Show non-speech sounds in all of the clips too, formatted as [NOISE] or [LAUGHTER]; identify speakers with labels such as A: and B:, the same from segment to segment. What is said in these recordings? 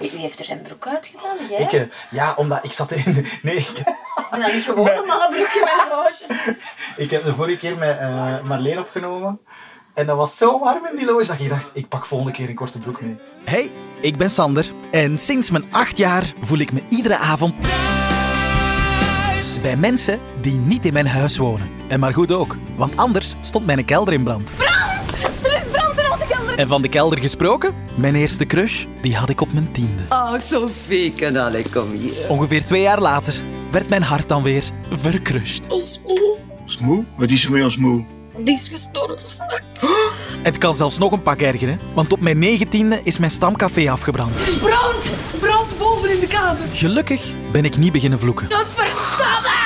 A: Wie, wie heeft er zijn broek uitgedaan? Jij?
B: Ik, eh, ja, omdat ik zat in... [LAUGHS] Nee, ik,
A: En dan niet gewoon een malle broekje met een
B: [LAUGHS]
A: roosje.
B: ik heb de vorige keer met eh, Marleen opgenomen. En dat was zo warm in die loge dat ik dacht, ik pak volgende keer een korte broek mee.
C: Hey, ik ben Sander en sinds mijn acht jaar voel ik me iedere avond thuis bij mensen die niet in mijn huis wonen. En maar goed ook, want anders stond mijn kelder in brand.
D: Er is brand in onze kelder.
C: En van de kelder gesproken, mijn eerste crush, die had ik op mijn tiende.
E: Ach, Sofieke, allee, kom hier.
C: Ongeveer twee jaar later werd mijn hart dan weer verkrust.
D: Ons moe.
F: Ons moe? Wat is er met ons moe?
D: Die is gestorven.
C: Het kan zelfs nog een pak ergeren, want op mijn negentiende is mijn stamcafé afgebrand.
E: Er is brand! Brand boven in de kamer.
C: Gelukkig ben ik niet beginnen vloeken,
D: Dat verdomme!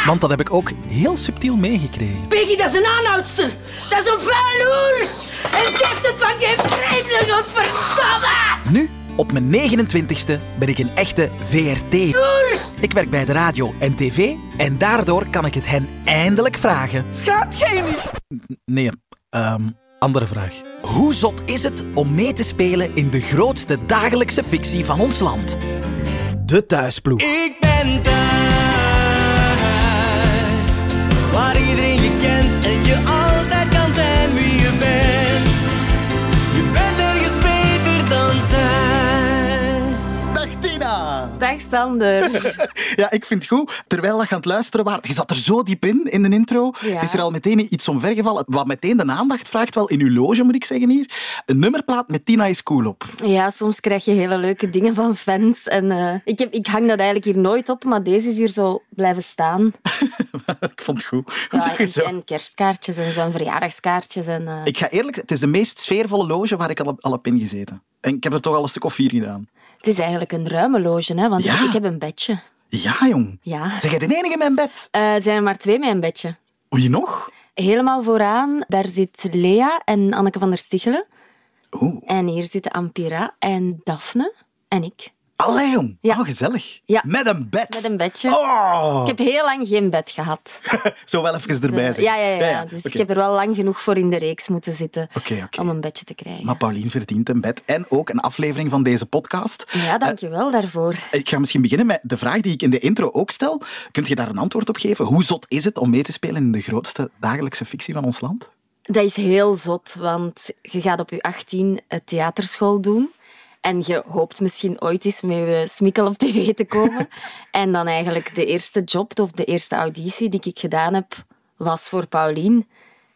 C: want dat heb ik ook heel subtiel meegekregen.
D: Peggy, dat is een aanhoudster. Dat is een vuil hoer. En zegt het van je vreselijk, dat verdomme!
C: Nu, op mijn 29ste, ben ik een echte VRT. Ik werk bij de radio en tv en daardoor kan ik het hen eindelijk vragen.
E: Schaapgenie.
C: Nee, ehm, andere vraag. Hoe zot is het om mee te spelen in de grootste dagelijkse fictie van ons land? De thuisploeg.
G: Ik ben thuis, waar iedereen je kent en je altijd kan zijn wie je bent. Je bent ergens beter dan thuis.
B: Dag Tina!
H: Dag Sander.
B: Ja, ik vind het goed. Terwijl dat je aan het luisteren waart, je zat er zo diep in, in de intro,
H: Ja.
B: is er al meteen iets omvergevallen, wat meteen de aandacht vraagt, wel in uw loge moet ik zeggen hier. Een nummerplaat met Tina is cool op. [LAUGHS]
H: Ja, soms krijg je hele leuke dingen van fans. En, eh, ik, heb, ik hang dat eigenlijk hier nooit op, maar deze is hier zo blijven
B: [LAUGHS]
H: staan.
B: ik vond het goed. Goed
H: Ja, en,
B: gezegd.
H: en kerstkaartjes en zo'n verjaardagskaartjes. En, eh,
B: Ik ga eerlijk het is de meest sfeervolle loge waar ik al, op- al heb ingezeten. En ik heb er toch al een stuk of vier gedaan.
H: Het is eigenlijk een ruime loge, hè, want
B: Ja.
H: ik, ik heb een bedje.
B: Ja, jong.
H: Ja.
B: Zeg jij de enige in mijn bed?
H: Eh, er zijn er maar twee met een bedje.
B: Oei, nog?
H: Helemaal vooraan, daar zit Lea en Anneke van der Stichelen.
B: Oeh.
H: En hier zitten Ampira en Daphne en ik.
B: Allee, jong.
H: Ja.
B: Oh, gezellig.
H: Ja.
B: Met een bed.
H: Met een bedje.
B: Oh.
H: Ik heb heel lang geen bed gehad.
B: Zo wel even erbij
H: Dus, eh,
B: zijn.
H: ja, ja, ja, ja. Dus
B: Oké.
H: ik heb er wel lang genoeg voor in de reeks moeten zitten
B: Oké, oké.
H: om een bedje te krijgen.
B: Maar Paulien verdient een bed en ook een aflevering van deze podcast.
H: Ja, dankjewel daarvoor.
B: Ik ga misschien beginnen met de vraag die ik in de intro ook stel. Kunt je daar een antwoord op geven? Hoe zot is het om mee te spelen in de grootste dagelijkse fictie van ons land?
H: Dat is heel zot, want je gaat op je 18 het theaterschool doen. En je hoopt misschien ooit eens met je smikkel op tv te komen. en dan eigenlijk de eerste job of de eerste auditie die ik gedaan heb, was voor Paulien.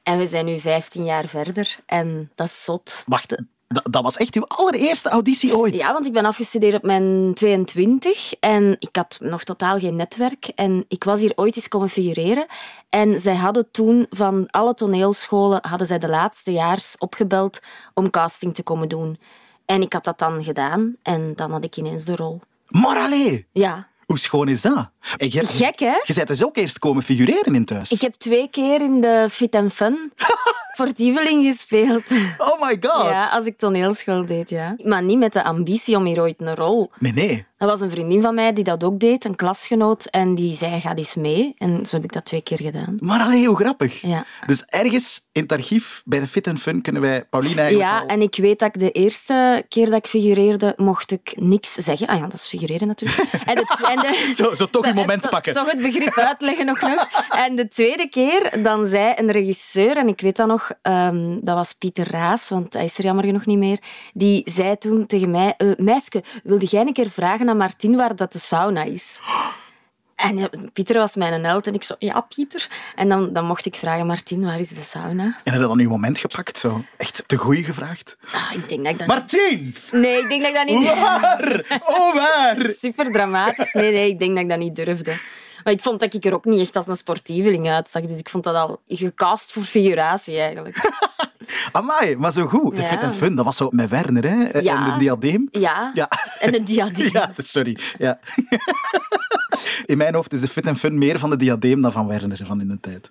H: En we zijn nu 15 jaar verder en dat is zot.
B: Wacht, dat, dat was echt uw allereerste auditie ooit.
H: Ja, want ik ben afgestudeerd op mijn 22 en ik had nog totaal geen netwerk. En ik was hier ooit eens komen figureren. En zij hadden toen van alle toneelscholen hadden zij de laatste jaars opgebeld om casting te komen doen. En ik had dat dan gedaan en dan had ik ineens de rol.
B: Maar allee,
H: Ja,
B: hoe schoon is dat? En je-
H: Gek, hè?
B: Je bent dus ook eerst komen figureren in thuis.
H: ik heb twee keer in de Fit and Fun voor Dieveling gespeeld.
B: Oh my god.
H: Ja, als ik toneelschool deed, ja. Maar niet met de ambitie om hier ooit een rol
B: Nee, nee.
H: Dat was een vriendin van mij die dat ook deed, een klasgenoot. En die zei, ga eens mee. En zo heb ik dat twee keer gedaan.
B: Maar allee, hoe grappig.
H: Ja.
B: Dus ergens in het archief bij de Fit and Fun kunnen wij Paulien eigenlijk
H: Ja,
B: al-
H: en ik weet dat ik de eerste keer dat ik figureerde, mocht ik niks zeggen. Ah ja, dat is figureren natuurlijk. En de [LAUGHS] tweede...
B: Zo- zo toch uw moment
H: to-
B: pakken.
H: Toch het begrip uitleggen nog
B: [LAUGHS]
H: nog. En de tweede keer, dan zei een regisseur, en ik weet dat nog, ehm, dat was Pieter Raas, want hij is er jammer genoeg niet meer, die zei toen tegen mij, eh meisje, wilde jij een keer vragen aan Martin waar dat de sauna is? En eh, Pieter was mijn held en ik zo, ja Pieter. En dan, dan mocht ik vragen, Martin, waar is de sauna?
B: En hebben dan uw moment gepakt, zo. Echt te goeie gevraagd.
H: Ah, ik denk dat ik dat
B: Martien!
H: Nee, ik denk dat ik dat niet
B: [LAUGHS] Waar? Oh, waar?
H: Super dramatisch. Nee, nee, ik denk dat ik dat niet durfde. Maar ik vond dat ik er ook niet echt als een sportieveling uitzag. Dus ik vond dat al gecast voor figuratie eigenlijk. [LAUGHS]
B: Amai, maar zo goed. De
H: Ja.
B: Fit and Fun, dat was zo met Werner, hè?
H: Ja.
B: En de diadeem.
H: Ja.
B: Ja.
H: En een diadeem.
B: [LAUGHS] Ja, sorry. Ja. [LAUGHS] In mijn hoofd is de Fit and Fun meer van de diadeem dan van Werner van in de tijd.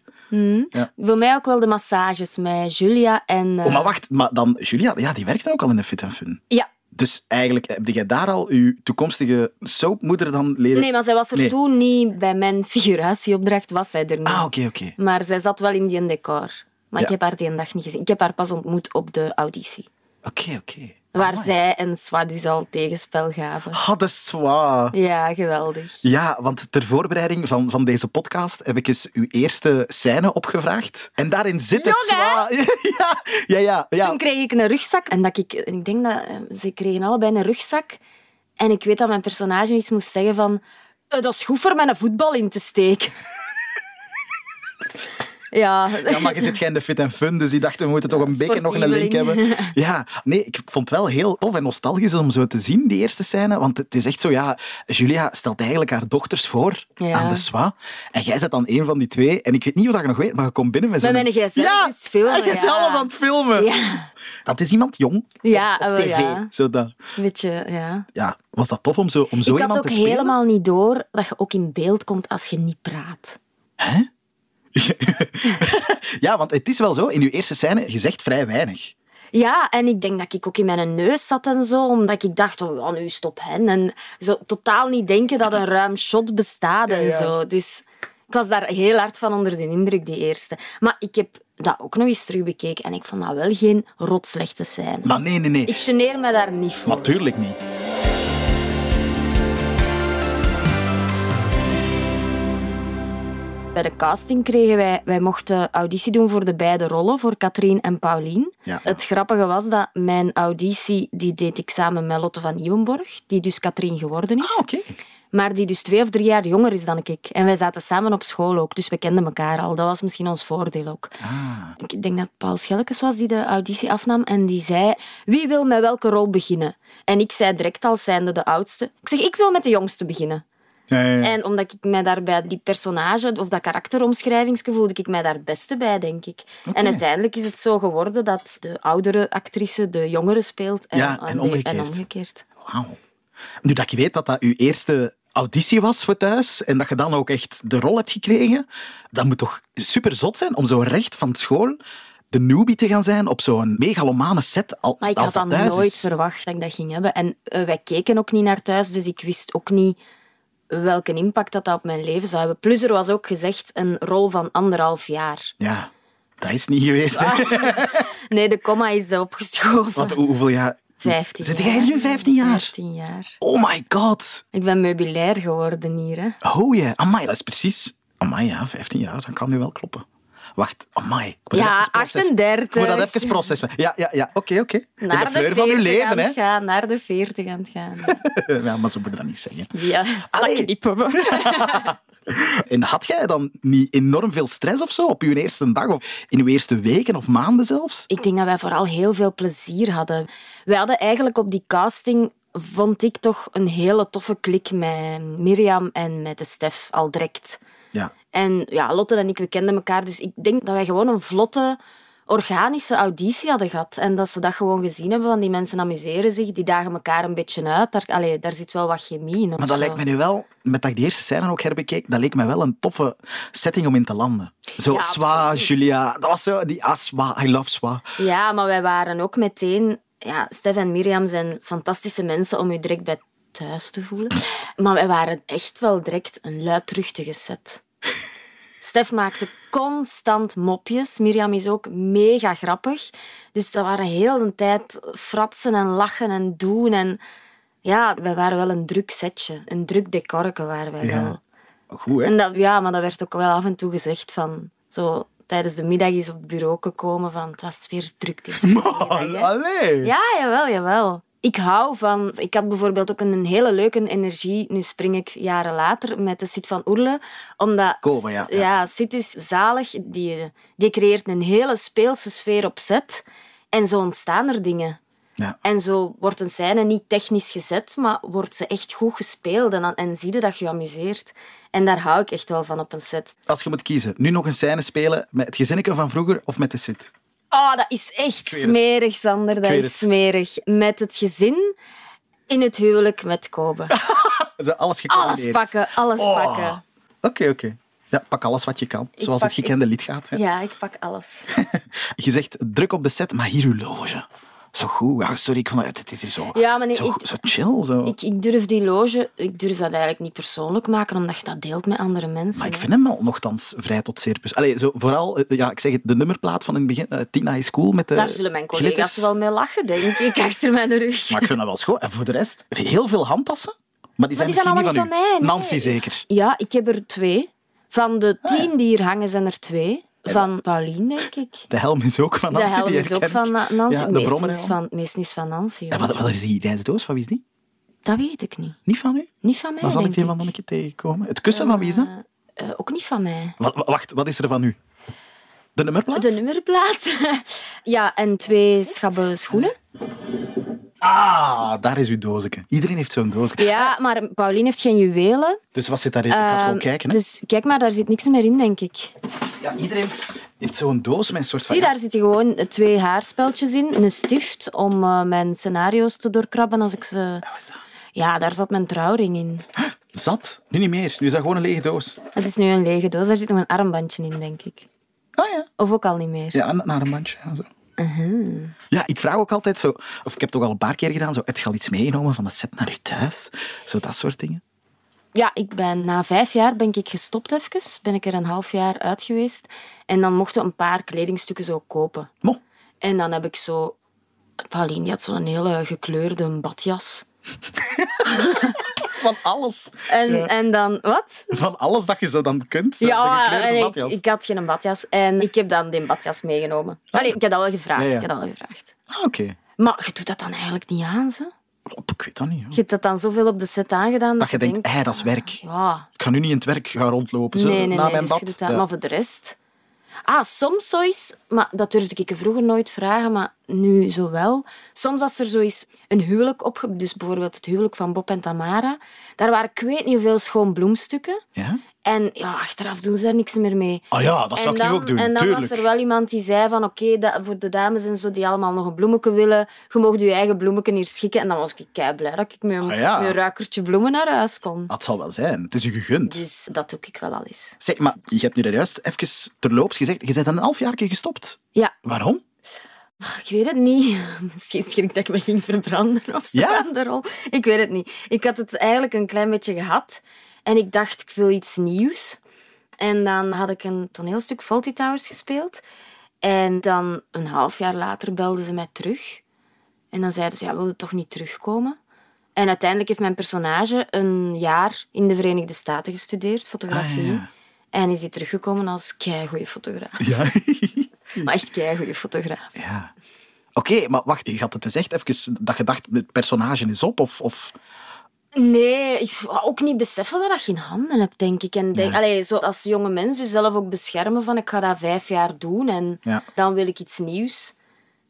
H: Voor mij ook wel de massages met Julia en... eh,
B: Oh, maar wacht, maar dan, Julia, ja, die werkte ook al in de Fit and Fun.
H: Ja.
B: Dus eigenlijk heb jij daar al uw toekomstige soapmoeder dan leren...
H: Nee, maar zij was er
B: Nee.
H: toen niet. Bij mijn figuratieopdracht was zij er niet.
B: Ah, oké, oké.
H: Maar zij zat wel in die decor. Maar ik
B: Ja.
H: heb haar die dag niet gezien. Ik heb haar pas ontmoet op de auditie.
B: Oké, oké.
H: Waar
B: Amai. Ah.
H: zij en Swa dus al een tegenspel gaven.
B: Had de soie.
H: Ja, geweldig.
B: Ja, want ter voorbereiding van, van deze podcast heb ik eens uw eerste scène opgevraagd. En daarin zit de
H: Jong, hè?
B: soie. [LAUGHS] Ja, ja, ja. ja.
H: Toen kreeg ik een rugzak en dat ik, ik denk dat eh, ze kregen allebei een rugzak. En ik weet dat mijn personage iets moest zeggen van, "Eh, dat is goed voor mijn voetbal in te steken. [LAUGHS] ja.
B: Ja, maar je zit geen de fit en fun, dus die dachten we moeten toch een beetje nog een link
H: sportieveling.
B: hebben.
H: [LAUGHS]
B: Ja, nee, ik vond het wel heel tof en nostalgisch om zo te zien, die eerste scène. Want het is echt zo, ja, Julia stelt eigenlijk haar dochters voor
H: Ja.
B: aan de swa. En jij bent dan een van die twee. En ik weet niet wat je nog weet, maar je komt binnen met zo'n...
H: Met mijn gsm
B: Ja,
H: is filmen,
B: en jij is
H: ja.
B: alles aan het filmen.
H: Ja,
B: Dat is iemand jong
H: ja, ah,
B: op
H: wel,
B: tv.
H: ja.
B: Zo dat,
H: Een beetje, ja.
B: ja, was dat tof om zo, om zo
H: ik had
B: iemand
H: ook
B: te spelen?
H: helemaal niet door dat je ook in beeld komt als je niet praat.
B: [LAUGHS] Ja, want het is wel zo, in uw eerste scène, je zegt vrij weinig.
H: Ja, en ik denk dat ik ook in mijn neus zat en zo, omdat ik dacht, oh ja, nu stop hen. En zo totaal niet denken dat een ruim shot bestaat en zo. Dus ik was daar heel hard van onder de indruk, die eerste. Maar ik heb dat ook nog eens terug bekeken en ik vond dat wel geen rotslechte scène.
B: Maar nee, nee, nee.
H: Ik geneer me daar niet voor.
B: Natuurlijk niet.
H: Bij de casting kregen wij, wij mochten auditie doen voor de beide rollen, voor Katrien en Paulien.
B: Ja.
H: Het grappige was dat mijn auditie, die deed ik samen met Lotte van Nieuwenborg, die dus Katrien geworden is.
B: Ah, oké.
H: Maar die dus twee of drie jaar jonger is dan ik. En wij zaten samen op school ook, dus we kenden elkaar al. Dat was misschien ons voordeel ook.
B: Ah,
H: Ik denk dat Paul Schelkes was die de auditie afnam en die zei... Wie wil met welke rol beginnen? En ik zei direct als zijnde de oudste... Ik zeg, ik wil met de jongste beginnen.
B: Ja, ja, ja.
H: En omdat ik mij daar bij die personage of dat karakteromschrijving voelde ik mij daar het beste bij, denk ik. En uiteindelijk is het zo geworden dat de oudere actrice de jongere speelt. En,
B: Ja, en omgekeerd.
H: omgekeerd.
B: Wauw. Nu dat je weet dat dat je eerste auditie was voor thuis en dat je dan ook echt de rol hebt gekregen, dat moet toch super zot zijn om zo recht van school de newbie te gaan zijn op zo'n megalomane set al,
H: Maar ik
B: als
H: had
B: dat
H: dat
B: thuis
H: nooit
B: is.
H: verwacht dat ik dat ging hebben. En eh, wij keken ook niet naar thuis, dus ik wist ook niet welke impact dat, dat op mijn leven zou hebben. Plus er was ook gezegd een rol van anderhalf jaar.
B: Ja, dat is niet geweest. hè.
H: Ah. Nee, de comma is eh, opgeschoven.
B: Want hoe- hoeveel jaar...
H: 15
B: Zit
H: jaar.
B: jij hier nu 15 jaar?
H: 15 jaar.
B: Oh my god.
H: Ik ben meubilair geworden hier. Hè.
B: Oh ja, amai, dat is precies... Amai, ja, 15 jaar, dat kan nu wel kloppen. Wacht, amai. Ik moet dat
H: Ja,
B: even processen.
H: 38.
B: Ik moet dat even processen. Ja, ja, ja, oké, oké. In
H: Naar
B: de fleur van uw
H: 40
B: leven,
H: aan
B: hè.
H: het gaan, naar de 40 aan het gaan.
B: [LAUGHS] Ja, maar ze moeten dat niet zeggen.
H: Ja,
B: Allee.
H: dat knippen we.
B: En had jij dan niet enorm veel stress of zo op je eerste dag of in je eerste weken of maanden zelfs?
H: Ik denk dat wij vooral heel veel plezier hadden. Wij hadden eigenlijk op die casting, vond ik toch een hele toffe klik met Mirjam en met de Stef al direct.
B: Ja.
H: En ja, Lotte en ik, we kenden elkaar, dus ik denk dat wij gewoon een vlotte, organische auditie hadden gehad. En dat ze dat gewoon gezien hebben, want die mensen amuseren zich, die dagen elkaar een beetje uit. Daar, allee, daar zit wel wat chemie in. of
B: Maar dat
H: zo.
B: lijkt me nu wel, met dat ik die eerste scène ook herbekeek, dat leek me wel een toffe setting om in te landen. Zo,
H: Ja,
B: Swa,
H: absoluut.
B: Julia, dat was zo, die, ah, Swa, I love Swa.
H: Ja, maar wij waren ook meteen... Ja, Stef en Mirjam zijn fantastische mensen om je direct bij thuis te voelen. Maar wij waren echt wel direct een luidruchtige set. Stef maakte constant mopjes. Mirjam is ook mega grappig. Dus dat waren heel de tijd fratsen en lachen en doen. En ja, wij waren wel een druk setje. Een druk decorke waren wij
B: Ja.
H: wel.
B: Goed, hè?
H: En dat, ja, maar dat werd ook wel af en toe gezegd van... Zo, tijdens de middag is op het bureau gekomen van... Het was weer druk
B: [LAUGHS]
H: deze
B: Oh,
H: middag.
B: allee.
H: Ja, jawel, jawel. Ik hou van... Ik had bijvoorbeeld ook een hele leuke energie. Nu spring ik jaren later met de Sit van Oerle. Omdat...
B: Komen, ja, ja.
H: Sit is zalig. Die, die creëert een hele speelse sfeer op set. En zo ontstaan er dingen.
B: Ja.
H: En zo wordt een scène niet technisch gezet, maar wordt ze echt goed gespeeld. En, dan- en zie je dat je je amuseert. En daar hou ik echt wel van op een set.
B: Als je moet kiezen, nu nog een scène spelen met het gezinnetje van vroeger of met de sit?
H: Oh, dat is echt
B: weet het.
H: smerig, Sander. Dat
B: weet
H: is
B: het.
H: smerig. Met het gezin in het huwelijk met
B: [LAUGHS]
H: Kobe.
B: Ze alles gecombineerd.
H: Alles pakken, alles
B: Oh.
H: pakken.
B: Oké, oké. Ja, pak alles wat je kan,
H: Ik
B: zoals
H: pak-
B: het gekende lied gaat. Hè?
H: Ja, ik pak alles.
B: Je zegt druk op de set, maar hier uw loge. zo goed. Ja, sorry, ik vond het, het is hier zo,
H: Ja, maar nee,
B: zo,
H: ik-
B: goed- zo chill. Zo.
H: Ik, ik durf die loge, ik durf dat eigenlijk niet persoonlijk maken, omdat je dat deelt met andere mensen.
B: maar ik
H: hè.
B: vind hem wel nogthans vrij tot zeer... pers- Allee, zo, vooral, eh, ja, ik zeg het, de nummerplaat van in het begin, eh, Tina is cool met de
H: Daar zullen mijn collega's
B: glitters.
H: wel mee lachen, denk ik, [LAUGHS] achter mijn rug.
B: Maar ik vind dat wel schoon. En voor de rest, heel veel handtassen. Maar die zijn,
H: die zijn
B: misschien niet
H: allemaal
B: van,
H: niet
B: u.
H: van mij, nee.
B: Nancy zeker.
H: Ja, ik heb er twee. Van de
B: Ah,
H: tien die hier hangen, zijn er twee. Van Pauline, denk ik.
B: De helm is ook van
H: De
B: Nancy.
H: helm
B: die
H: is ook
B: herken
H: van
B: ik.
H: Na- Nancy.
B: Ja, de
H: meestal
B: brommer
H: is van, meestal is van Nancy.
B: En
H: hoor.
B: wat, wat is die reisdoos? Van wie is die?
H: Dat weet ik niet.
B: Niet van u?
H: Niet van mij,
B: Dan zal ik
H: denk
B: die wel een keer tegenkomen. Het kussen van wie is dat?
H: Eh, eh, ook niet van mij.
B: Wa- wa- Wacht, wat is er van u? De nummerplaat?
H: De nummerplaat. [LAUGHS] ja, en twee schabbe
B: [LAUGHS]
H: schoenen.
B: Ah, daar is uw doosje. Iedereen heeft zo'n doosje.
H: Ja, maar Pauline heeft geen juwelen.
B: Dus wat zit daarin? Ik ga gewoon
H: Ehm,
B: kijken. Hè. Ah,
H: Dus kijk maar, daar zit niks meer in, denk ik.
B: Ja, iedereen heeft zo'n doos met een soort van...
H: Zie, daar zitten gewoon twee haarspeltjes in, een stift om eh, mijn scenario's te doorkrabben als ik ze... Ja, daar zat mijn trouwring in.
B: Zat? Nu niet meer. Nu is dat gewoon een lege doos.
H: Het is nu een lege doos, daar zit nog een armbandje in, denk ik.
B: Ah ja.
H: Of ook al niet meer.
B: Ja, na- naar een mandje en zo.
H: Uh-huh.
B: Ja, ik vraag ook altijd zo, of ik heb het ook al een paar keer gedaan, zo, heb je al iets meegenomen van de set naar je thuis? Zo dat soort dingen.
H: Ja, ik ben, na vijf jaar ben ik gestopt even. Ben ik er een half jaar uit geweest. En dan mochten we een paar kledingstukken zo kopen.
B: Mo,
H: En dan heb ik zo... Pauline die had zo'n hele gekleurde badjas.
B: van alles.
H: En, en dan... Wat?
B: Van alles dat je zo dan kunt. Zo, de
H: Ja,
B: gekleurde
H: en ik,
B: badjas. Ah.
H: ik had geen badjas. En ik heb dan die badjas meegenomen. Allee, ik heb dat wel gevraagd.
B: Ja, ja.
H: Ik heb dat wel gevraagd.
B: Ah, oké.
H: Maar je doet dat dan eigenlijk niet aan, ze.
B: Op, Ik weet dat niet. hoor.
H: Je hebt dat dan zoveel op de set aangedaan.
B: Dat je denkt, hé, dat is werk.
H: Ja,
B: Ik ga nu niet in het werk gaan rondlopen, zo,
H: nee, nee, nee.
B: na mijn
H: dus je
B: bad.
H: doet dat.
B: Ja.
H: Maar voor de rest... Ah, soms zo eens, maar dat durfde ik vroeger nooit vragen, maar nu zo wel. Soms als er zo is een huwelijk op, dus bijvoorbeeld het huwelijk van Bob en Tamara, daar waren ik weet niet hoeveel schoon bloemstukken.
B: Ja?
H: En ja, achteraf doen ze daar niks meer mee.
B: Ah ja, dat zou
H: en
B: ik nu
H: dan,
B: ook doen,
H: en dan
B: tuurlijk.
H: was er wel iemand die zei van oké, dat- voor de dames en zo die allemaal nog een bloemetje willen, je mocht je eigen bloemetje hier schikken. En dan was ik kei blij dat ik met een,
B: Ah, ja.
H: met een ruikertje bloemen naar huis kon.
B: Dat zal wel zijn. Het is u gegund.
H: Dus dat doe ik wel al eens.
B: Zeg, maar je hebt nu daar juist even terloops gezegd, je bent dan een half jaar gestopt.
H: Ja,
B: Waarom?
H: ik weet het niet. [LAUGHS] Misschien schrik dat ik me ging verbranden of zo
B: Ja?
H: aan de rol. Ik weet het niet. Ik had het eigenlijk een klein beetje gehad. En ik dacht, ik wil iets nieuws. En dan had ik een toneelstuk Faulty Towers gespeeld. En dan een half jaar later belden ze mij terug. En dan zeiden ze, ja, wil je toch niet terugkomen? En uiteindelijk heeft mijn personage een jaar in de Verenigde Staten gestudeerd, fotografie.
B: Ah, ja.
H: En is hij teruggekomen als keigoeie fotograaf.
B: Ja.
H: [LAUGHS] Maar echt keigoeie fotograaf.
B: Ja. Oké, maar wacht, je had het dus echt even dat je dacht, het personage is op? Of, of...
H: Nee, ik wou ook niet beseffen wat dat je in handen hebt, denk ik. En denk, allee, zo als jonge mens jezelf ook beschermen van ik ga dat vijf jaar doen en
B: Ja.
H: dan wil ik iets nieuws.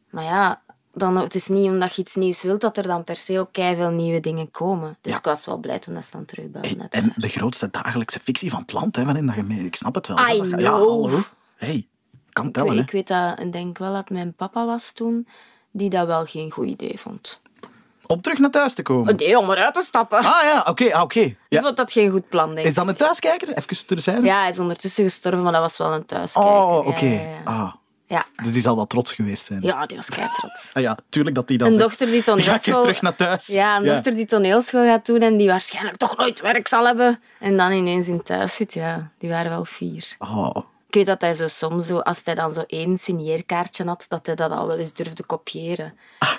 H: Maar ja, dan, het is niet omdat je iets nieuws wilt dat er dan per se ook veel nieuwe dingen komen. Dus
B: Ja.
H: ik was wel blij toen dat ze dan terugbelden.
B: Hey, en
H: uiteraard.
B: de grootste dagelijkse fictie van het land, hè, waarin dat je mee... Ik snap het wel.
H: I
B: hè, dat je- Ja,
H: know.
B: hallo. Hey, kan
H: ik,
B: tellen,
H: weet-
B: hè.
H: ik weet dat, ik denk wel dat mijn papa was toen die dat wel geen goed idee vond. Eh,
B: Om terug naar thuis te komen.
H: Nee, om eruit te stappen.
B: Ah ja, oké, ah, oké.
H: Ik
B: Ja.
H: vond dat geen goed plan, denk
B: Is
H: ik.
B: dat een thuiskijker? Even terzijde?
H: Ja, hij is ondertussen gestorven, maar dat was wel een thuiskijker.
B: Oh, oké.
H: Ja, Ja, ja.
B: Ah,
H: Ja.
B: dus die zal wel trots geweest zijn.
H: Ja, die was keitrots.
B: Ah, ja, tuurlijk dat die dan
H: Een
B: zegt,
H: dochter die
B: [LAUGHS] Ga ik weer
H: toneelschool...
B: terug naar thuis.
H: Ja, een dochter die toneelschool gaat doen en die waarschijnlijk toch nooit werk zal hebben. En dan ineens in thuis zit, ja. Die waren wel fier.
B: Oh.
H: Ik weet dat hij zo soms, zo, als hij dan zo één signeerkaartje had, dat hij dat al wel eens durfde kopiëren.
B: [LAUGHS]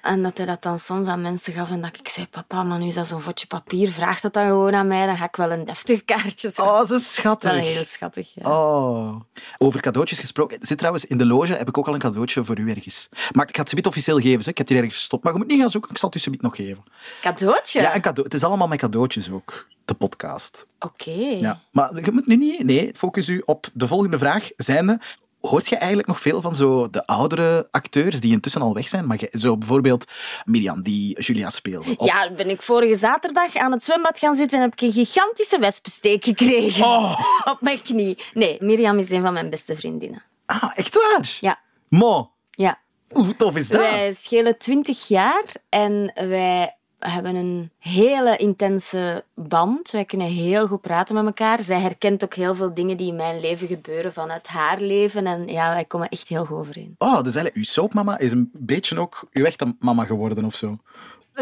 H: En dat hij dat dan soms aan mensen gaf en dat ik zei, papa, maar nu is dat zo'n vodje papier, vraag dat dan gewoon aan mij, dan ga ik wel een deftig kaartje schrijven.
B: oh, zo
H: dat
B: schattig.
H: is wel Ah, heel schattig, ja.
B: Oh. Over cadeautjes gesproken. Zit trouwens in de loge, heb ik ook al een cadeautje voor u ergens. Maar ik ga het subiet officieel geven. Ze. Ik heb die ergens gestopt, maar je moet niet gaan zoeken. Ik zal het u subiet nog geven.
H: Cadeautje?
B: Ja, een cadeau. Het is allemaal mijn cadeautjes ook. De podcast.
H: Oké.
B: Ja. Maar je moet nu niet... Nee, focus u op de volgende vraag. Zijnde, hoort je eigenlijk nog veel van zo de oudere acteurs die intussen al weg zijn? Maar jij- zo bijvoorbeeld Mirjam, die Julia speelde. Of...
H: Ja, ben ik vorige zaterdag aan het zwembad gaan zitten en heb ik een gigantische wespensteek gekregen.
B: Oh.
H: [LAUGHS] Op mijn knie. Nee, Mirjam is een van mijn beste vriendinnen.
B: Ah, echt waar?
H: Ja,
B: Mo,
H: ja.
B: hoe tof is dat?
H: Wij schelen twintig jaar en wij hebben een hele intense band. Wij kunnen heel goed praten met elkaar. Zij herkent ook heel veel dingen die in mijn leven gebeuren vanuit haar leven. En ja, wij komen echt heel goed overeen.
B: Oh, dus eigenlijk, uw soapmama is een beetje ook uw echte mama geworden of zo.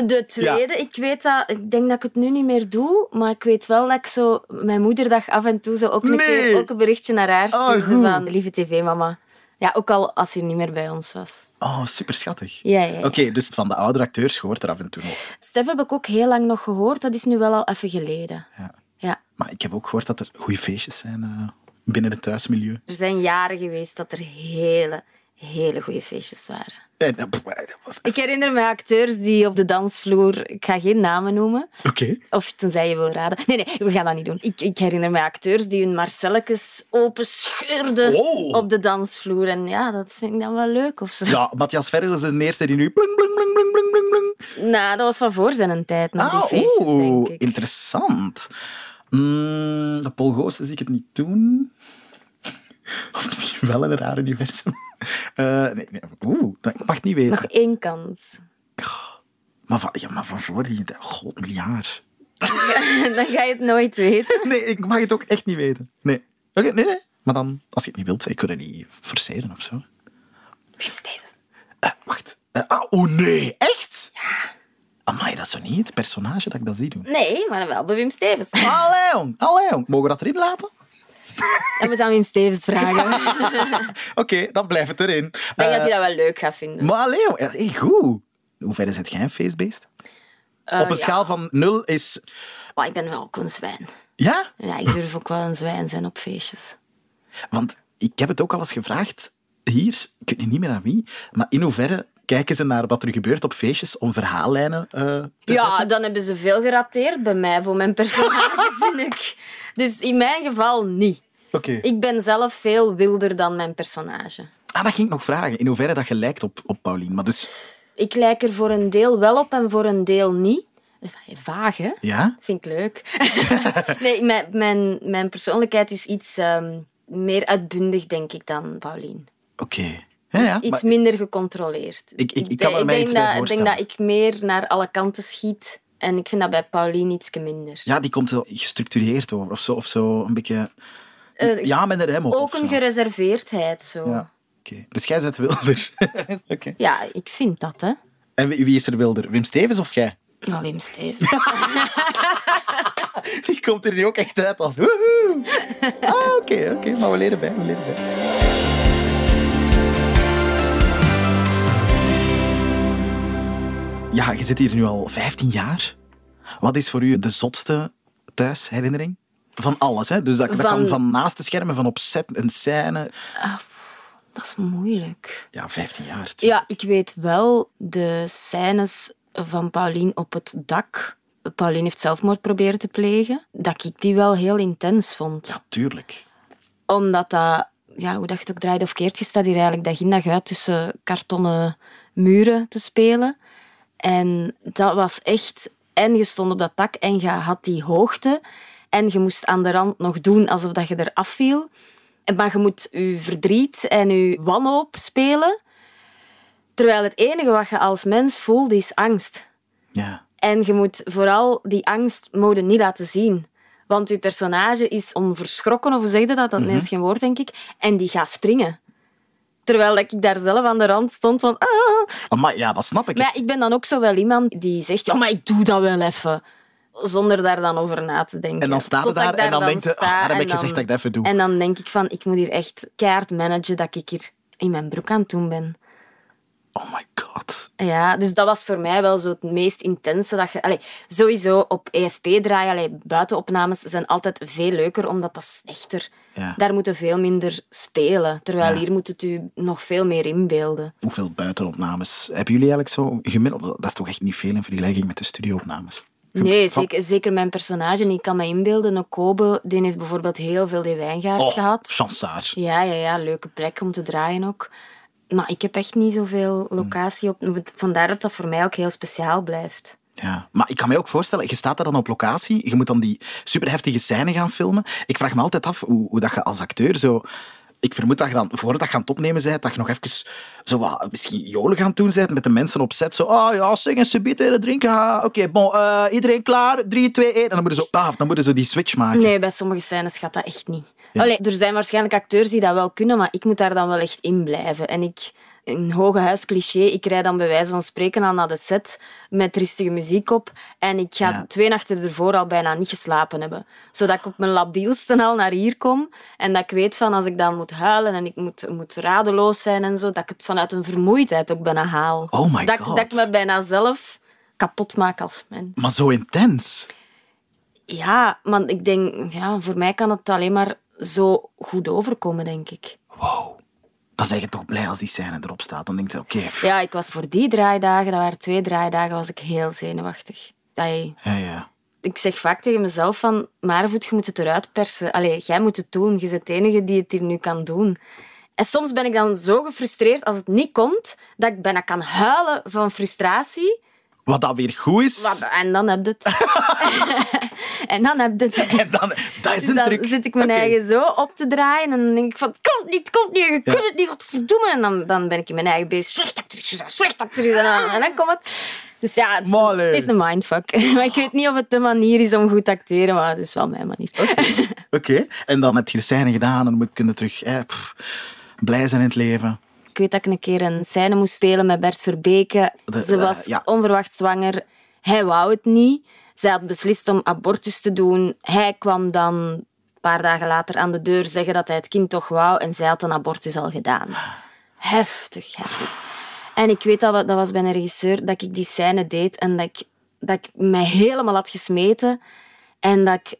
H: De tweede, ik weet dat, ik denk dat ik het nu niet meer doe, maar ik weet wel dat ik zo mijn moederdag af en toe zo ook een,
B: Nee.
H: keer, ook een berichtje naar haar
B: Ah,
H: stuurde
B: goed.
H: van lieve tv-mama. Ja, ook al als ze niet meer bij ons was.
B: Oh, super schattig.
H: Ja, ja, ja.
B: Oké, dus van de oudere acteurs hoort er af en toe nog.
H: Stef heb ik ook heel lang nog gehoord, dat is nu wel al even geleden.
B: Ja.
H: Ja,
B: Maar ik heb ook gehoord dat er goede feestjes zijn eh, binnen het thuismilieu.
H: er zijn jaren geweest dat er hele, hele goede feestjes waren.
B: Eh, eh, pff, eh, Oké.
H: Ik herinner me acteurs die op de dansvloer, ik ga geen namen noemen, Of tenzij je wil raden. Nee, nee, we gaan dat niet doen. Ik, ik herinner me acteurs die hun Marcelletjes open scheurden
B: Wow.
H: op de dansvloer. En ja, dat vind ik dan wel leuk of zo.
B: Ja, Matthias Vergel is de eerste die nu... Bling, bling, bling, bling, bling, bling, bling.
H: Nou, dat was van voor zijn tijd, nog die
B: Ah,
H: feestjes, denk
B: oeh,
H: ik.
B: interessant. Mm, de Paul Goossen zie ik het niet doen. [LAUGHS] Of misschien wel in een raar universum. Eh, nee, nee, oeh, ik mag het niet weten.
H: Nog één kans. [LAUGHS]
B: Maar van, ja, maar van voor die... God, miljard. [LAUGHS]
H: dan ga je het nooit weten.
B: Nee, ik mag het ook echt niet weten. Nee. Oké, nee, nee. Maar dan, als je het niet wilt, ik kan het niet forceren of zo.
H: Wim Stevens.
B: Eh, wacht. Eh, ah, oh nee, echt? Ja. Amai, dat is zo niet het personage dat ik dat zie doen.
H: Nee, maar wel bij Wim Stevens.
B: Allee, jong. Allee, jong. Mogen we dat erin laten?
H: Dan moet je aan Wim Stevens
B: [LAUGHS]
H: vragen. Ik
B: Oké, dan blijft het erin.
H: denk
B: Eh,
H: dat hij dat wel leuk gaat vinden.
B: Maar allee, jong. Eh, hey, goed. Hoe ver is het geen feestbeest? Op een
H: Eh, ja.
B: schaal van nul is...
H: Maar ik ben wel ook een zwijn.
B: Ja?
H: Ja, ik durf ook wel een zwijn zijn op feestjes.
B: Want ik heb het ook al eens gevraagd hier, ik weet niet meer aan wie, maar in hoeverre kijken ze naar wat er gebeurt op feestjes om verhaallijnen eh, te
H: ja,
B: zetten?
H: dan hebben ze veel gerateerd bij mij voor mijn
B: [LAUGHS]
H: personage, vind ik. Dus in mijn geval niet.
B: Oké.
H: Ik ben zelf veel wilder dan mijn personage.
B: Ah, dat ging ik nog vragen. In hoeverre dat je lijkt op, op Paulien. Maar dus,
H: Ik lijk er voor een deel wel op en voor een deel niet. Vaag, hè?
B: ja?
H: Vind ik leuk. [LAUGHS] nee, mijn, mijn, mijn persoonlijkheid is iets ehm, meer uitbundig, denk ik, dan Paulien.
B: Oké. Ja, ja.
H: Iets
B: maar-
H: minder gecontroleerd.
B: Ik- ik- ik kan me
H: denk-
B: mij
H: denk
B: iets bij
H: dat- Ik denk dat
B: voorstellen.
H: ik meer naar alle kanten schiet. En ik vind dat bij Paulien iets minder.
B: Ja, die komt zo gestructureerd over. Of zo, of zo een beetje...
H: Eh,
B: ja, met een rem op.
H: Ook
B: of zo.
H: een gereserveerdheid, zo.
B: Ja. Oké. Dus jij bent wilder. [LAUGHS] Oké.
H: Ja, ik vind dat, hè.
B: En wie, wie is er wilder? Wim Stevens of jij? [LAUGHS]
H: Nou, Wim [LAUGHS] Stevens.
B: Die komt er nu ook echt uit
H: [LAUGHS]
B: als... woehoe. Ah, oké, oké. Maar we leren bij, we leren bij. Ja, je zit hier nu al 15 jaar. Wat is voor u de zotste thuisherinnering? Van alles, hè? Dus dat, dat
H: Van-
B: kan van naast de schermen, van op set, een scène.
H: dat is moeilijk.
B: Ja, 15 jaar. is het.
H: Ja, ik weet wel de scènes van Paulien op het dak. Paulien heeft zelfmoord proberen te plegen. Dat ik die wel heel intens vond.
B: Ja, tuurlijk.
H: Omdat dat... Ja, hoe dat je het ook draait of keert, je staat hier eigenlijk dag in dag uit tussen kartonnen muren te spelen. En dat was echt... En je stond op dat dak en je had die hoogte. En je moest aan de rand nog doen alsof dat je eraf viel. En- Maar je moet je verdriet en je wanhoop spelen. Terwijl het enige wat je als mens voelt, is angst.
B: Ja.
H: En je moet vooral die angst mode niet laten zien. Want je personage is onverschrokken, of hoe zeg je dat?
B: Mhm.
H: Dat nee, is geen woord, denk ik. En die gaat springen. Terwijl ik daar zelf aan de rand stond van... "Ah,
B: Maar ja, dat snap ik.
H: maar
B: het.
H: ja, ik ben dan ook zo wel iemand die zegt, ja, maar ik doe dat wel even. Zonder daar dan over na te denken.
B: En dan staat het
H: Totdat
B: daar
H: ik
B: en dan denkt je,
H: sta
B: "Ah, daar heb
H: en
B: ik gezegd dat ik dat even doe."
H: En dan denk ik van, ik moet hier echt keihard managen dat ik hier in mijn broek aan het doen ben.
B: Oh my god.
H: Ja, dus dat was voor mij wel zo het meest intense. Dat je, allee, sowieso op EFP draaien, allee, buitenopnames zijn altijd veel leuker, omdat dat is echter.
B: Ja.
H: Daar moeten veel minder spelen. Terwijl hier moet het u nog veel meer inbeelden.
B: Hoeveel buitenopnames hebben jullie eigenlijk zo gemiddeld? Dat is toch echt niet veel in vergelijking met de studioopnames?
H: Nee,
B: Van-
H: zeker, zeker mijn personage. En ik kan me inbeelden, een Kobe, die heeft bijvoorbeeld heel veel die wijngaard
B: Oh,
H: gehad.
B: chansaar.
H: Ja, ja, ja, leuke plek om te draaien ook. Maar ik heb echt niet zoveel locatie op. Vandaar dat dat voor mij ook heel speciaal blijft.
B: Ja. Maar ik kan mij ook voorstellen, je staat daar dan op locatie, je moet dan die superheftige scène gaan filmen. Ik vraag me altijd af hoe, hoe dat je als acteur zo ik vermoed dat je dan, voordat je aan het opnemen bent, dat je nog even zo wat, misschien jolig aan het doen bent met de mensen op set. Zo, ah ja, zing en subiet en drinken. ah, Oké, bon, eh, iedereen klaar? 3, 2, 1. En dan moeten ze zo, ah, dan moeten ze die switch maken.
H: Nee, bij sommige scènes gaat dat echt niet. Allee, er zijn waarschijnlijk acteurs die dat wel kunnen, maar ik moet daar dan wel echt in blijven. En ik, een hoge huis cliché, ik rij dan bij wijze van spreken aan naar de set met tristige muziek op. En ik ga
B: Ja.
H: twee nachten ervoor al bijna niet geslapen hebben. Zodat ik op mijn labielste al naar hier kom. En dat ik weet van als ik dan moet huilen en ik moet, moet radeloos zijn en zo, dat ik het vanuit een vermoeidheid ook bijna haal.
B: Oh my
H: dat, ik-
B: God.
H: dat ik me bijna zelf kapot maak als mens.
B: Maar zo intens.
H: Ja, maar ik denk, ja, voor mij kan het alleen maar zo goed overkomen, denk ik.
B: Dan zijn je toch blij als die scène erop staat. Dan denk je, oké. pff,
H: Ja, ik was voor die draaidagen, dat waren twee draaidagen, was ik heel zenuwachtig. Ai,
B: ja, ja.
H: ik zeg vaak tegen mezelf van, Marevoet, je moet het eruit persen. Allee, jij moet het doen, je bent de enige die het hier nu kan doen. En soms ben ik dan zo gefrustreerd als het niet komt, dat ik bijna kan huilen van frustratie.
B: Wat dat weer goed is.
H: Wat- En dan heb je het. [LAUGHS] en dan heb je het.
B: [LAUGHS] En dan, dat is
H: Dus
B: een
H: dan
B: truc.
H: zit ik mijn
B: Oké.
H: eigen zo op te draaien en dan denk ik van, het komt niet, het komt niet, je kunt het niet, wat verdoemen. En dan, dan ben ik in mijn eigen bezig, slecht actrice, zijn, slecht actrice. En dan, en dan komt het. Dus ja, het is,
B: Maar allee.
H: het is een mindfuck. [LAUGHS] Maar ik weet niet of het de manier is om goed te acteren, maar het is wel mijn manier.
B: [LAUGHS] Oké, en dan heb je de scène gedaan en moet kunnen terug hè, pff, blij zijn in het leven.
H: Ik weet dat ik een keer een scène moest spelen met Bert Verbeke.
B: De-
H: Ze was
B: eh, ja.
H: onverwacht zwanger. Hij wou het niet. Zij had beslist om abortus te doen. Hij kwam dan een paar dagen later aan de deur zeggen dat hij het kind toch wou. En zij had een abortus al gedaan. Heftig, heftig. En ik weet dat, we- dat was bij een regisseur, dat ik die scène deed en dat ik, dat ik mij helemaal had gesmeten. En dat ik,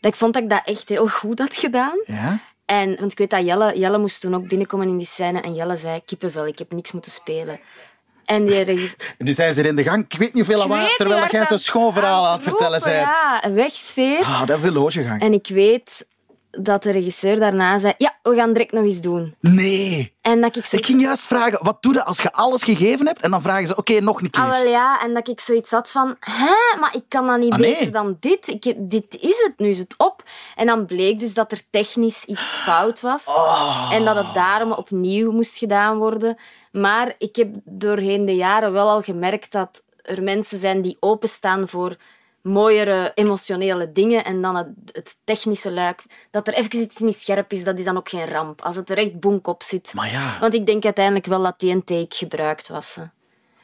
H: dat ik vond dat ik dat echt heel goed had gedaan.
B: Ja?
H: En, want ik weet dat Jelle, Jelle moest toen ook binnenkomen in die scène en Jelle zei, kippenvel, ik heb niks moeten spelen. En die regisseur...
B: En nu zijn ze er in de gang. Ik weet niet hoeveel
H: Ik weet
B: lawaai,
H: niet
B: terwijl
H: waar
B: jij
H: het
B: zo'n schoon verhaal aan het vertellen
H: roepen,
B: bent.
H: Ja, een wegsfeer.
B: Ah, dat is de logegang.
H: En ik weet dat de regisseur daarna zei, ja, we gaan direct nog eens doen.
B: Nee.
H: En dat ik zo...
B: Ik ging juist vragen, wat doe je als je alles gegeven hebt? En dan vragen ze, oké, nog een keer.
H: Ah, wel ja, en dat ik zoiets had van, hè, maar ik kan dat niet
B: Ah, nee.
H: beter dan dit. Ik, dit is het, nu is het op. En dan bleek dus dat er technisch iets fout was.
B: Oh.
H: En dat het daarom opnieuw moest gedaan worden. Maar ik heb doorheen de jaren wel al gemerkt dat er mensen zijn die openstaan voor mooiere emotionele dingen en dan het, het technische luik. Dat er even iets niet scherp is, dat is dan ook geen ramp. Als het er echt bonk op zit.
B: Maar ja.
H: Want ik denk uiteindelijk wel dat die een take gebruikt was. hè.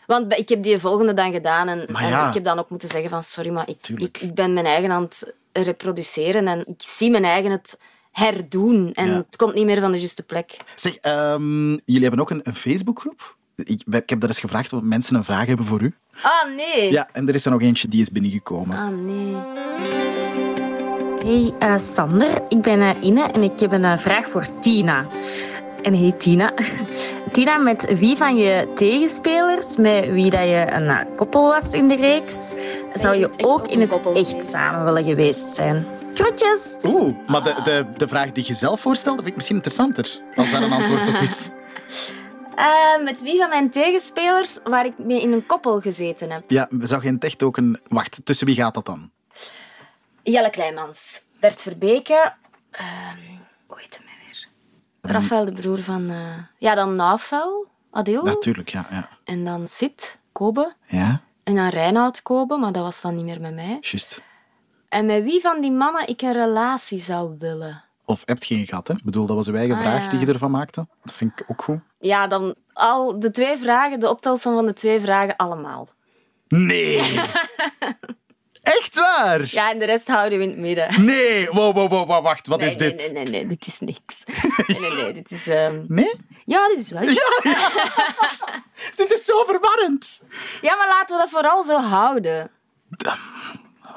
H: Want bij- ik heb die volgende dan gedaan en,
B: Maar
H: en
B: ja.
H: ik heb dan ook moeten zeggen van sorry, maar ik,
B: Tuurlijk.
H: ik, ik ben mijn eigen aan het reproduceren en ik zie mijn eigen het herdoen en
B: Ja.
H: het komt niet meer van de juiste plek.
B: Zeg, ehm, jullie hebben ook een, een Facebookgroep? Ik, ik heb daar eens gevraagd of mensen een vraag hebben voor u.
H: Ah nee.
B: Ja, en er is er nog eentje die is binnengekomen.
H: Ah nee.
I: Hey eh, Sander, ik ben eh, Inne en ik heb een eh, vraag voor Tina. En hey Tina. [LAUGHS] Tina, met wie van je tegenspelers, met wie dat je een eh, koppel was in de reeks, zou
H: je
I: je
H: bent echt ook
I: ook in
H: een
I: het
H: koppel
I: echt
H: geweest.
I: samen willen geweest zijn? Groetjes!
H: Ah.
B: Oeh, maar de, de, de vraag die je zelf voorstelde vind ik misschien interessanter. Als
H: [LAUGHS]
B: daar een antwoord op is.
H: Eh, met wie van mijn tegenspelers waar ik mee in een koppel gezeten heb?
B: Ja, zou je in het echt ook een... Wacht, tussen wie gaat dat dan?
H: Jelle Kleinmans, Bert Verbeke, ehm, hoe heet hij mij weer?
B: Ehm.
H: Rafael, de broer van... eh, ja, dan Nafel, Adil.
B: Natuurlijk, ja, ja.
H: En dan Sid, Kobe.
B: Ja,
H: En dan Reinoud Kobe, maar dat was dan niet meer met mij.
B: juist.
H: En met wie van die mannen ik een relatie zou willen?
B: Of hebt geen gehad, hè? Ik bedoel, dat was uw eigen
H: Ah,
B: vraag
H: ja.
B: die je ervan maakte. Dat vind ik ook goed.
H: Ja, dan al de twee vragen, de optelsom van de twee vragen allemaal.
B: Nee!
H: [LAUGHS]
B: echt waar?
H: Ja, en de rest houden we in het midden.
B: Nee! Wow, wow, wow, wow, wacht. Wat
H: Nee,
B: is
H: nee,
B: dit?
H: Nee, nee, nee, dit is
B: [LAUGHS]
H: niks. Nee, nee, nee, dit is... ehm,
B: Nee?
H: Ja, dit is wel... Ja.
B: Dit is zo verwarrend.
H: maar laten we dat vooral zo houden.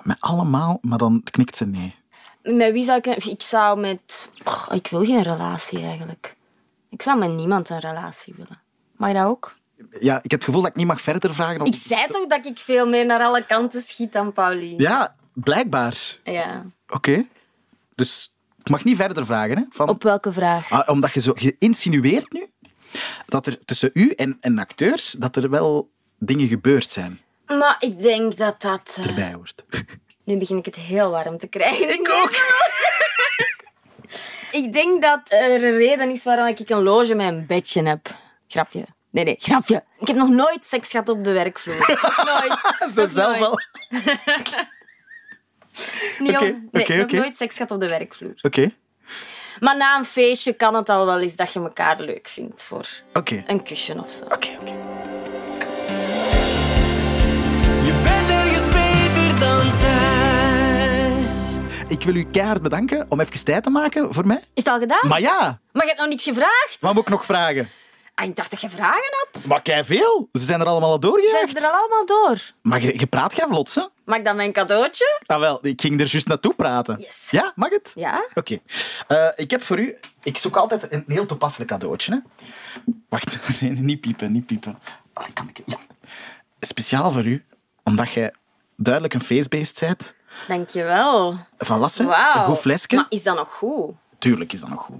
B: Met allemaal, maar dan knikt ze nee.
H: Met wie zou ik... een- Ik zou met... Oh, ik wil geen relatie eigenlijk. Ik zou met niemand een relatie willen. Mag je dat ook?
B: Ja, ik heb het gevoel dat ik niet mag verder vragen. want-
H: Ik zei toch dat ik veel meer naar alle kanten schiet dan Pauline.
B: Ja, blijkbaar.
H: ja.
B: Oké. Dus ik mag niet verder vragen, hè? Van...
H: Op welke vraag?
B: Ah, omdat je zo... Je insinueert nu dat er tussen u en, en acteurs dat er wel dingen gebeurd zijn.
H: Maar ik denk dat dat... eh,
B: Erbij
H: [LAUGHS]
B: hoort.
H: Nu begin ik het heel warm te krijgen. Ik ook! [LAUGHS] Ik denk dat er een reden is waarom ik een loge met een bedje heb. Grapje. Nee, nee, grapje. Ik heb nog nooit seks gehad op de
B: [LAUGHS]
H: werkvloer. nooit.
B: Zo
H: Nog nooit.
B: zelf wel.
H: Niet
B: Oké,
H: op- nee,
B: oké,
H: nog
B: oké.
H: nooit seks gehad op de werkvloer.
B: Oké,
H: Maar na een feestje kan het al wel eens dat je elkaar leuk vindt voor
B: oké.
H: een kusje of zo.
B: Oké, oké.
G: Je bent ergens beter dan thuis.
B: Ik wil u keihard bedanken om even tijd te maken voor mij.
H: Is het al gedaan?
B: Maar ja,
H: Maar je hebt nog niks gevraagd.
B: wat moet ik nog vragen?
H: Ah, ik dacht dat je vragen had.
B: Maar kei veel. Ze zijn er allemaal al
H: Zijn ze er
B: doorgejaagd.
H: al allemaal door?
B: Maar je, je praat geen vlot, hè?
H: Mag ik dan mijn cadeautje?
B: Ah, wel, ik ging er juist naartoe praten.
H: Yes.
B: Ja, mag het?
H: Ja.
B: Oké. Eh, ik heb voor u... Ik zoek altijd een heel toepasselijk cadeautje. Hè. Wacht, [LAUGHS] nee, nee, niet piepen, niet piepen. Ah, kan ik... Ja. Speciaal voor u, omdat jij duidelijk een feestbeest bent.
H: Dankjewel.
B: Van Lassen,
H: Wauw.
B: een goed flesje.
H: Maar is dat nog goed?
B: Tuurlijk is dat nog goed.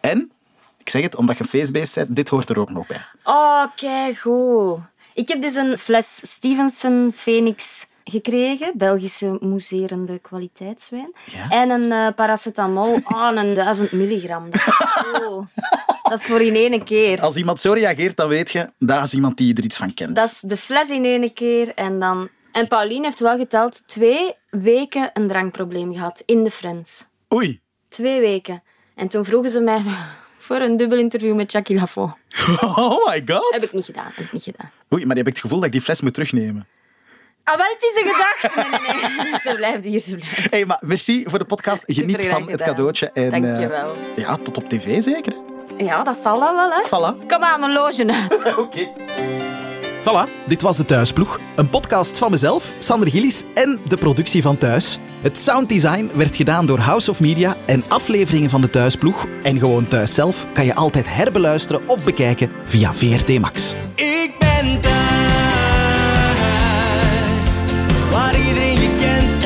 B: En, ik zeg het, omdat je een feestbeest bent, dit hoort er ook nog bij.
H: Oh, kijk goed. Ik heb dus een fles Stevenson Phoenix gekregen, Belgische mousserende kwaliteitswijn.
B: Ja.
H: En een eh, paracetamol, oh, een 1000 milligram. Dat is, zo- dat is voor in één keer.
B: Als iemand zo reageert, dan weet je, dat is iemand die er iets van kent.
H: Dat is de fles in één keer en dan... En Pauline heeft wel geteld twee weken een drankprobleem gehad in de Friends.
B: Oei. [LAUGHS]
H: Twee weken. En toen vroegen ze mij [LAUGHS] voor een dubbel interview met Jackie Lafont.
B: Oh my god.
H: Heb ik niet gedaan, heb ik niet gedaan.
B: Oei, maar heb ik het gevoel dat ik die fles moet terugnemen.
H: Ah, wel, het is een gedachte. Nee, nee, [LAUGHS] nee. Ze blijft hier, ze blijft.
B: Hey, maar merci voor de podcast. Geniet
H: Supergraag
B: van het
H: gedaan.
B: cadeautje. En, eh,
H: Dankjewel.
B: ja, tot op tv zeker. hè?
H: Ja, dat zal dan wel, hè.
B: Voilà.
H: Kom aan, mijn loge uit.
B: Oké.
C: Voilà, dit was de Thuisploeg. Een podcast van mezelf, Sander Gillis en de productie van Thuis. Het sounddesign werd gedaan door House of Media en afleveringen van de Thuisploeg en gewoon Thuis zelf kan je altijd herbeluisteren of bekijken via VRT Max.
G: Ik ben thuis, waar iedereen je kent